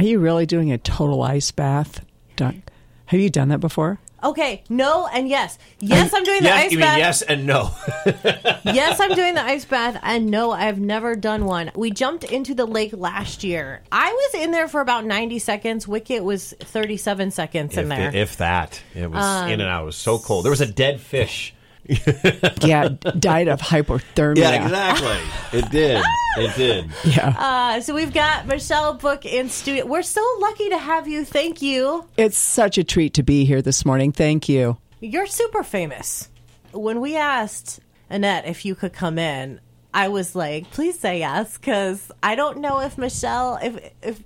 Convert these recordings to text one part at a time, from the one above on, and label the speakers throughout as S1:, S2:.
S1: you really doing a total ice bath? Done. Have you done that before?
S2: Okay, no and yes. Yes, I'm doing the
S3: yes,
S2: ice
S3: you mean
S2: bath.
S3: yes and no.
S2: yes, I'm doing the ice bath, and no, I've never done one. We jumped into the lake last year. I was in there for about 90 seconds. Wicket was 37 seconds in there.
S3: if, if that, it was
S1: Um,
S3: in and out. It was so cold. There was a dead fish.
S1: Yeah, died of hypothermia.
S3: exactly. it did. It did.
S1: Yeah.
S2: uh, so we've got Michelle Book in studio. We're so lucky to have you. Thank you.
S1: It's such a treat to be here this morning. Thank you.
S2: You're super famous. When we asked Annette if you could come in, I was like, please say yes, because I don't know if Michelle, if, if,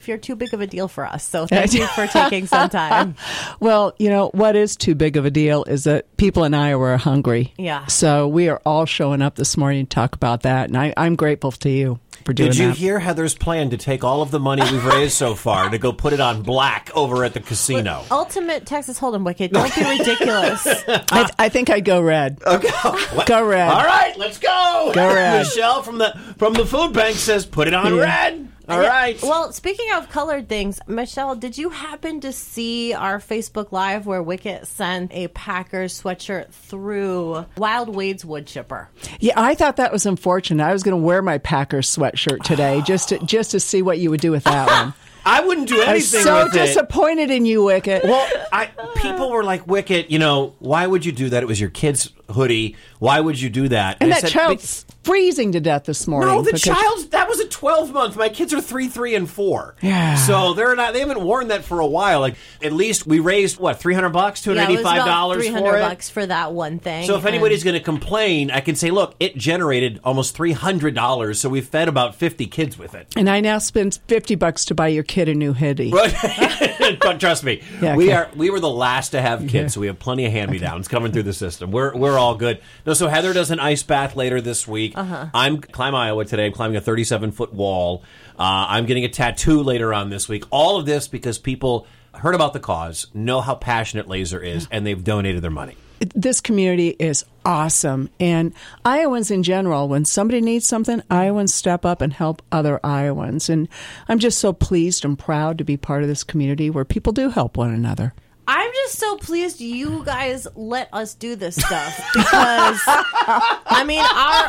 S2: if you're too big of a deal for us. So thank you for taking some time.
S1: Well, you know, what is too big of a deal is that people in Iowa are hungry.
S2: Yeah.
S1: So we are all showing up this morning to talk about that. And I, I'm grateful to you for doing
S3: Did you
S1: that.
S3: hear Heather's plan to take all of the money we've raised so far to go put it on black over at the casino?
S2: Ultimate Texas Hold'em Wicked. Don't be ridiculous.
S1: I, I think I'd go red.
S3: Okay.
S1: Go red.
S3: All right, let's go.
S1: Go red.
S3: Michelle from the from the food bank says put it on
S1: Yeah.
S3: red. All right.
S2: Well, speaking of colored things, Michelle, did you happen to see our Facebook Live where Wicket sent a Packers sweatshirt through Wild Wade's wood chipper?
S1: Yeah, I thought that was unfortunate. I was going to wear my Packers sweatshirt today just to, just to see what you would do with that one.
S3: I wouldn't do
S1: I was
S3: anything
S1: so
S3: with it.
S1: disappointed in you, Wicket.
S3: Well, I people were like, "Wicket, you know, why would you do that? It was your kid's hoodie. Why would you do that?"
S1: and
S3: I
S1: that
S3: said,
S1: child's freezing to death this
S3: "But-
S1: morning.
S3: No, the
S1: because-
S3: child's that was a twelve month. My kids are three, three, and four.
S1: Yeah.
S3: So they're not. They haven't worn that for a while. Like at least we raised what three hundred bucks, two hundred eighty five dollars
S2: three
S3: for
S2: hundred
S3: it.
S2: bucks for that one thing.
S3: So if anybody's
S2: and-
S3: going to complain, I can say, "Look, it generated almost three hundred dollars. So we fed about fifty kids with it."
S1: And I now spend 50 bucks to buy your kid a new hoodie.
S3: But, but trust me,
S1: Yeah,
S3: we
S1: okay.
S3: are we were the last to have kids, so we have plenty of hand me downs coming through the system. We're we're all good. No, so Heather does an ice bath later this week. I'm climb Iowa today. I'm climbing a 37 foot wall. Uh, I'm getting a tattoo later on this week. All of this because people heard about the cause, know how passionate Laser is, and they've donated their money.
S1: This community is awesome. And Iowans in general, when somebody needs something, Iowans step up and help other Iowans. And I'm just so pleased and proud to be part of this community where people do help one another.
S2: I'm just so pleased you guys let us do this stuff because I mean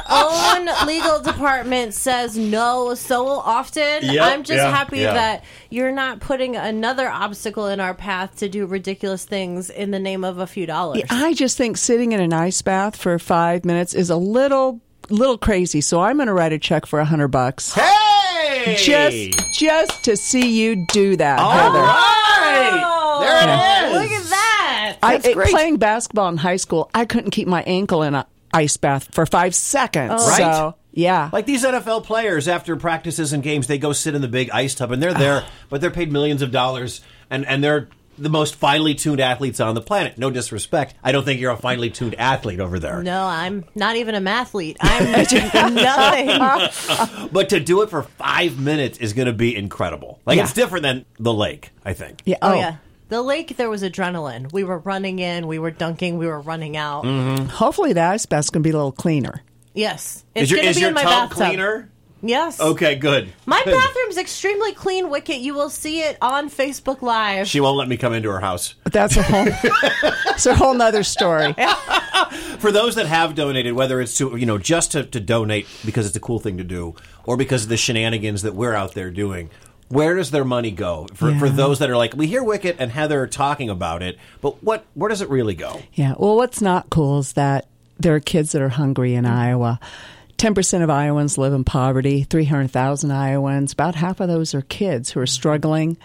S2: our own legal department says no so often.
S3: Yep,
S2: I'm just
S3: yeah,
S2: happy
S3: yeah.
S2: that you're not putting another obstacle in our path to do ridiculous things in the name of a few dollars.
S1: I just think sitting in an ice bath for five minutes is a little little crazy. So I'm going to write a check for a hundred bucks
S3: Hey,
S1: just just to see you do that,
S3: all
S1: Heather.
S3: right, there it is.
S2: Oh! Look at that.
S1: I, it- playing basketball in high school, I couldn't keep my ankle in an ice bath for five seconds.
S3: Right?
S1: So, yeah.
S3: Like these NFL players, after practices and games, they go sit in the big ice tub, and they're there, but they're paid millions of dollars, and and they're the most finely tuned athletes on the planet. No disrespect, I don't think you're a finely tuned athlete over there.
S2: No, I'm not even a mathlete. I'm
S3: Oh.
S2: nothing.
S3: But to do it for five minutes is going to be incredible. Like
S1: Yeah.
S3: it's different than the lake, I think.
S1: yeah.
S2: Oh, yeah. The lake, there was adrenaline. We were running in, we were dunking, we were running out.
S1: Hopefully the ice bath's going to be a little cleaner.
S2: Yes.
S3: Is
S2: It's
S3: your
S2: going to
S3: is
S2: be
S3: your
S2: in my
S3: tub
S2: bathtub.
S3: cleaner?
S2: Yes.
S3: Okay, good.
S2: My
S3: Good.
S2: bathroom's extremely clean, Wicket. You will see it on Facebook Live.
S3: She won't let me come into her house.
S1: But that's a whole, it's a whole nother story.
S3: for those that have donated, whether it's to you know just to, to donate because it's a cool thing to do, or because of the shenanigans that we're out there doing, where does their money go? For for
S1: Yeah.
S3: those that are like, we hear Wicket and Heather are talking about it, but what where does it really go?
S1: Yeah. Well, what's not cool is that there are kids that are hungry in Iowa. 10% of Iowans live in poverty, 300,000 Iowans. About half of those are kids who are struggling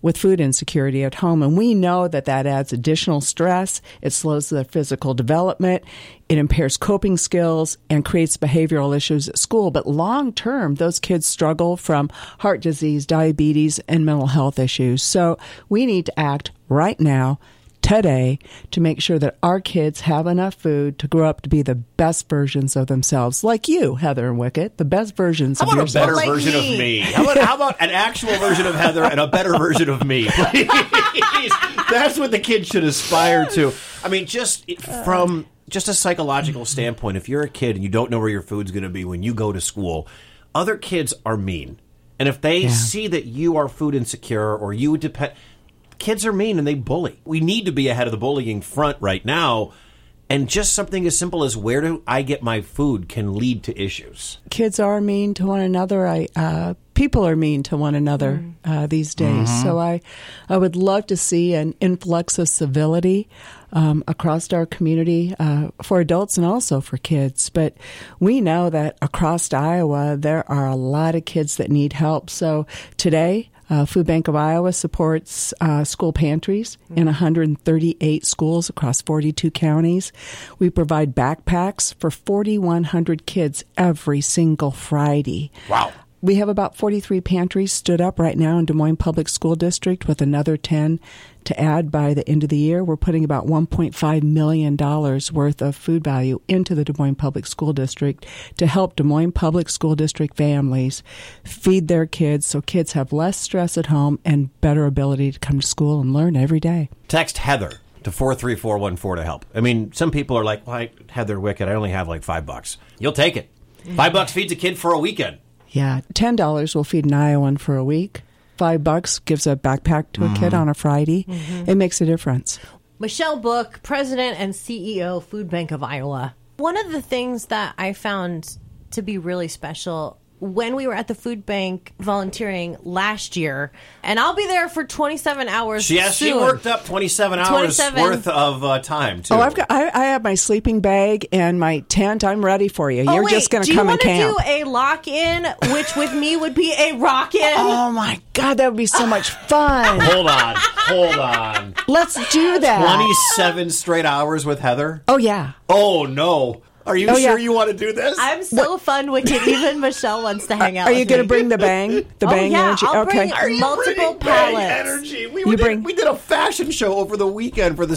S1: with food insecurity at home. And we know that that adds additional stress. It slows their physical development. It impairs coping skills and creates behavioral issues at school. But long term, those kids struggle from heart disease, diabetes, and mental health issues. So we need to act right now today to make sure that our kids have enough food to grow up to be the best versions of themselves, like you, Heather and Wicket, the best versions
S3: How
S1: of
S3: about a
S1: yourself.
S3: better
S2: Like
S3: version
S2: me.
S3: of me? How about, how about an actual version of Heather and a better version of me? Please, that's what the kid should aspire to. I mean, just it- from just a psychological standpoint, if you're a kid and you don't know where your food's going to be when you go to school, other kids are mean. And if they
S1: Yeah.
S3: see that you are food insecure or you depend, kids are mean and they bully. We need to be ahead of the bullying front right now. And just something as simple as where do I get my food can lead to issues.
S1: kids are mean to one another. I uh, people are mean to one another uh, these days.
S3: Mm-hmm.
S1: So I, I would love to see an influx of civility um, across our community uh, for adults and also for kids. But we know that across Iowa there are a lot of kids that need help. So today. Uh, Food Bank of Iowa supports uh, school pantries in 138 schools across 42 counties. We provide backpacks for 4,100 kids every single Friday.
S3: Wow.
S1: We have about 43 pantries stood up right now in Des Moines Public School District with another 10 to add by the end of the year. We're putting about $1.5 million worth of food value into the Des Moines Public School District to help Des Moines Public School District families feed their kids so kids have less stress at home and better ability to come to school and learn every day.
S3: Text Heather to 43414 to help. I mean, some people are like, well, I, Heather Wicked, I only have like five bucks. You'll take it. Five bucks feeds a kid for a weekend.
S1: Yeah, ten dollars will feed an Iowan for a week. Five bucks gives a backpack to a kid on a Friday. It makes a difference.
S2: Michelle Book, president and CEO, Food Bank of Iowa. One of the things that I found to be really special when we were at the food bank volunteering last year, and I'll be there for 27 hours.
S3: She, yeah, she
S2: soon.
S3: worked up 27 hours
S2: 27.
S3: worth of uh, time, too.
S1: Oh, I've got. I, I have my sleeping bag and my tent. I'm ready for you.
S2: Oh,
S1: You're
S2: wait,
S1: just going
S2: do
S1: to
S2: you
S1: come and
S2: wanna
S1: camp.
S2: do a lock in, which with me would be a rock in?
S1: oh my God, that would be so much fun.
S3: Hold on. Hold on.
S1: Let's do that.
S3: 27 straight hours with Heather?
S1: Oh yeah.
S3: Oh, no. Are you
S1: Oh, yeah.
S3: sure you want to do this?
S2: I'm so fun wicked. Even Michelle wants to hang out.
S1: Are you
S2: going
S1: going to bring the bang? The
S2: Oh,
S1: bang
S2: yeah,
S1: energy.
S2: I'll
S1: okay.
S2: bring it.
S3: You
S2: multiple
S3: bring
S2: pallets.
S3: bang Energy. We,
S1: You
S3: did,
S1: bring-
S3: we did a fashion show over the weekend for the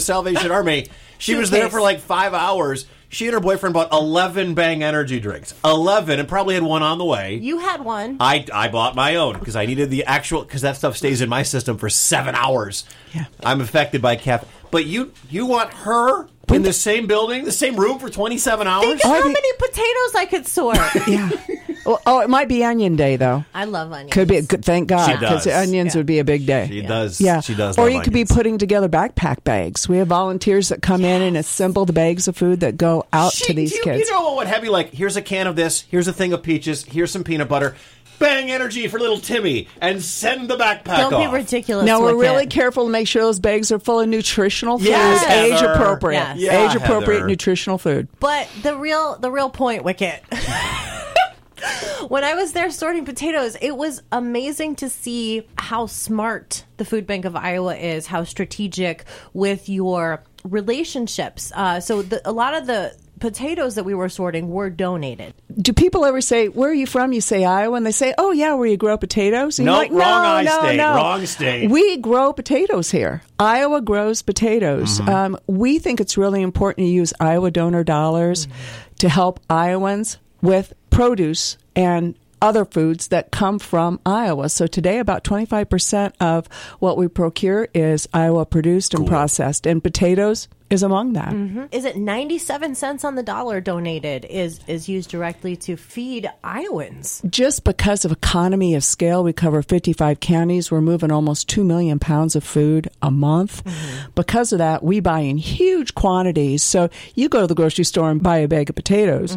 S3: Salvation Army. She was there
S2: Suitcase.
S3: for like five hours. She and her boyfriend bought 11 bang energy drinks. 11, and probably had one on the way.
S2: You had one.
S1: Uh,
S3: I, I bought my own because I needed the actual because that stuff stays in my system for seven hours.
S1: Yeah.
S3: I'm affected by caffeine. But you you want her in the same building, the same room for 27 hours?
S2: Think of
S1: I
S2: how
S1: think-
S2: many potatoes I could sort.
S1: Yeah. Well, oh, it might be Onion Day though.
S2: I love onions.
S1: Could be. a good- Thank God,
S3: does.
S1: because onions
S2: Yeah.
S1: would be a big day.
S3: She does.
S1: Yeah.
S3: She does.
S1: Or
S3: love
S1: you could be
S3: onions.
S1: putting together backpack bags. We have volunteers that come in and assemble the bags of food that go out
S3: She-
S1: to these
S3: you,
S1: kids.
S3: You know what would have you like? Here's a can of this. Here's a thing of peaches. Here's some peanut butter. Bang energy for little Timmy and send the backpack
S2: Don't
S3: off.
S2: be ridiculous.
S1: now we're
S2: with
S1: really
S2: it.
S1: careful to make sure those bags are full of nutritional food,
S3: Yes,
S1: age
S3: Heather.
S1: appropriate,
S2: Yes.
S3: Yeah,
S1: age appropriate
S3: Heather.
S1: nutritional food.
S2: But the real the real point, Wicket. when I was there sorting potatoes, it was amazing to see how smart the Food Bank of Iowa is, how strategic with your relationships. Uh, so the, a lot of the potatoes that we were sorting were donated.
S1: Do people ever say, "Where are you from?" You say Iowa, and they say, "Oh yeah, where you grow potatoes." And you're
S3: Nope,
S1: like, no,
S3: wrong I
S1: no,
S3: state,
S1: no.
S3: wrong state.
S1: We grow potatoes here. Iowa grows potatoes.
S3: Mm-hmm.
S1: Um, we think it's really important to use Iowa donor dollars
S3: Mm-hmm.
S1: to help Iowans with produce and other foods that come from Iowa. So today, about 25% of what we procure is Iowa produced and processed, and potatoes is among that.
S2: Is it 97 cents on the dollar donated is is used directly to feed Iowans?
S1: just because of economy of scale, we cover 55 counties. We're moving almost 2 million pounds of food a month. Because of that, we buy in huge quantities. So you go to the grocery store and buy a bag of potatoes.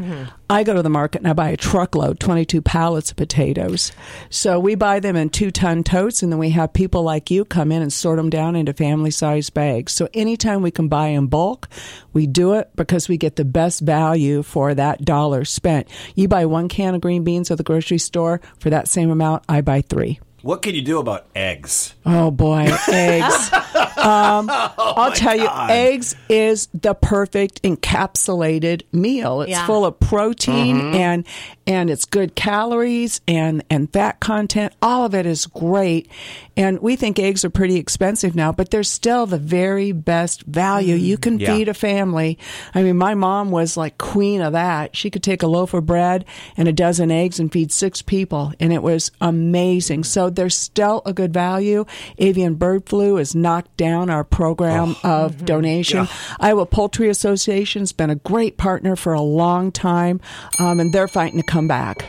S1: I go to the market and I buy a truckload, 22 pallets of potatoes. So we buy them in two ton totes, and then we have people like you come in and sort them down into family sized bags. So anytime we can buy in bulk, we do it because we get the best value for that dollar spent. You buy one can of green beans at the grocery store for that same amount, I buy three.
S3: What can you do about eggs?
S1: Oh boy, eggs. Um, I'll tell
S3: God.
S1: you, eggs is the perfect encapsulated meal. It's
S2: Yeah.
S1: full of protein and and it's good calories and and fat content. All of it is great. And we think eggs are pretty expensive now, but they're still the very best value you can
S3: Yeah.
S1: feed a family. I mean, my mom was like queen of that. She could take a loaf of bread and a dozen eggs and feed six people, and it was amazing. So They're still a good value. Avian bird flu has knocked down our program of donation. Iowa Poultry Association's been a great partner for a long time, um, and they're fighting to come back.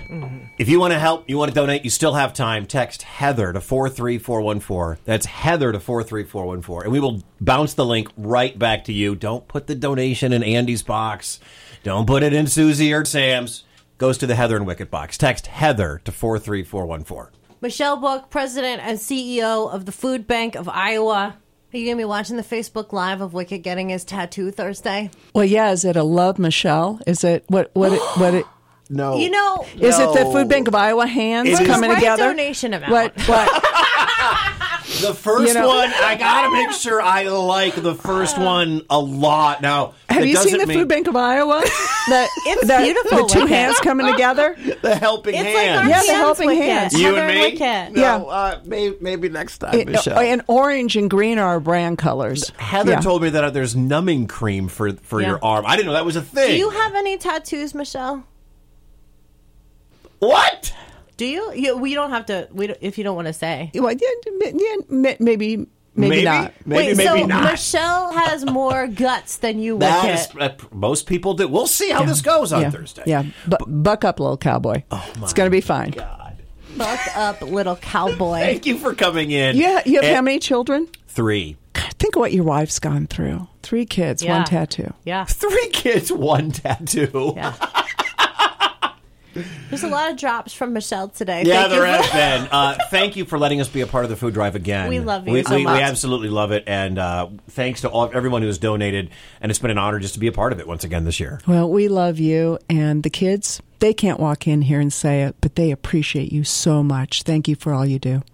S3: If you want to help, you want to donate, you still have time. Text Heather to 43414. That's Heather to 43414. And we will bounce the link right back to you. Don't put the donation in Andy's box. Don't put it in Susie or Sam's. Goes to the Heather and Wicket box. Text Heather to 43414.
S2: Michelle Book, president and CEO of the Food Bank of Iowa. Are you going to be watching the Facebook Live of Wicked getting his tattoo Thursday?
S1: Well, yeah, is it a love, Michelle? Is it what? What? It, what? It,
S4: No.
S2: You know,
S1: is it the
S4: No.
S1: Food Bank of Iowa hands
S4: It is-
S1: coming
S2: Right
S1: together?
S2: donation amount.
S1: What? What?
S3: The first
S1: You know-
S3: one, I gotta make sure I like the
S2: Uh.
S3: first one a lot. Now,
S1: Have
S3: that
S1: you seen
S3: doesn't
S1: the
S3: mean
S1: Food Bank of Iowa? The,
S2: It's
S1: the,
S2: beautiful,
S1: The two
S2: Wicked.
S1: hands coming together.
S4: the helping
S2: it's like
S4: hand.
S2: our
S1: Yeah, the
S2: hands
S1: helping
S2: Wicked.
S1: hands.
S3: You and
S2: Heather
S3: me?
S2: Wicked.
S1: Yeah.
S4: No, uh, may, maybe next time,
S1: It-
S4: Michelle.
S1: and orange and green are our brand colors.
S3: Heather
S1: Yeah.
S3: told me that there's numbing cream for for
S2: Yeah.
S3: your arm. I didn't know that was a thing.
S2: Do you have any tattoos, Michelle?
S3: what?
S2: Do you? you we don't have to. We don't, if you don't want to say.
S1: Well, yeah, yeah, may- maybe, maybe,
S3: Maybe?
S1: not.
S4: maybe,
S2: Wait,
S4: maybe
S2: so
S4: not.
S2: Michelle has more guts than you,
S3: That
S2: Wicked.
S3: is uh, most people do. We'll see how this goes on
S1: yeah,
S3: Thursday. Oh,
S1: Yeah, Bu- buck up, little cowboy. it's going to be fine.
S3: God.
S2: Buck up, little cowboy.
S3: Thank you for coming in.
S1: Yeah, you have
S3: And-
S1: how many children?
S3: Three.
S1: God, think of what your wife's gone through. Three kids,
S2: Yeah.
S1: one tattoo.
S2: Yeah.
S3: Three kids, one tattoo.
S2: Yeah. There's a lot of drops from Michelle today.
S3: Yeah,
S2: Thank
S3: there
S2: you.
S3: has been. Uh, thank you for letting us be a part of the food drive again.
S2: We love you
S3: We,
S2: so
S3: we,
S2: much.
S3: we absolutely love it, and uh, thanks to all everyone who's donated. And it's been an honor just to be a part of it once again this year.
S1: Well, we love you and the kids. They can't walk in here and say it, but they appreciate you so much. Thank you for all you do.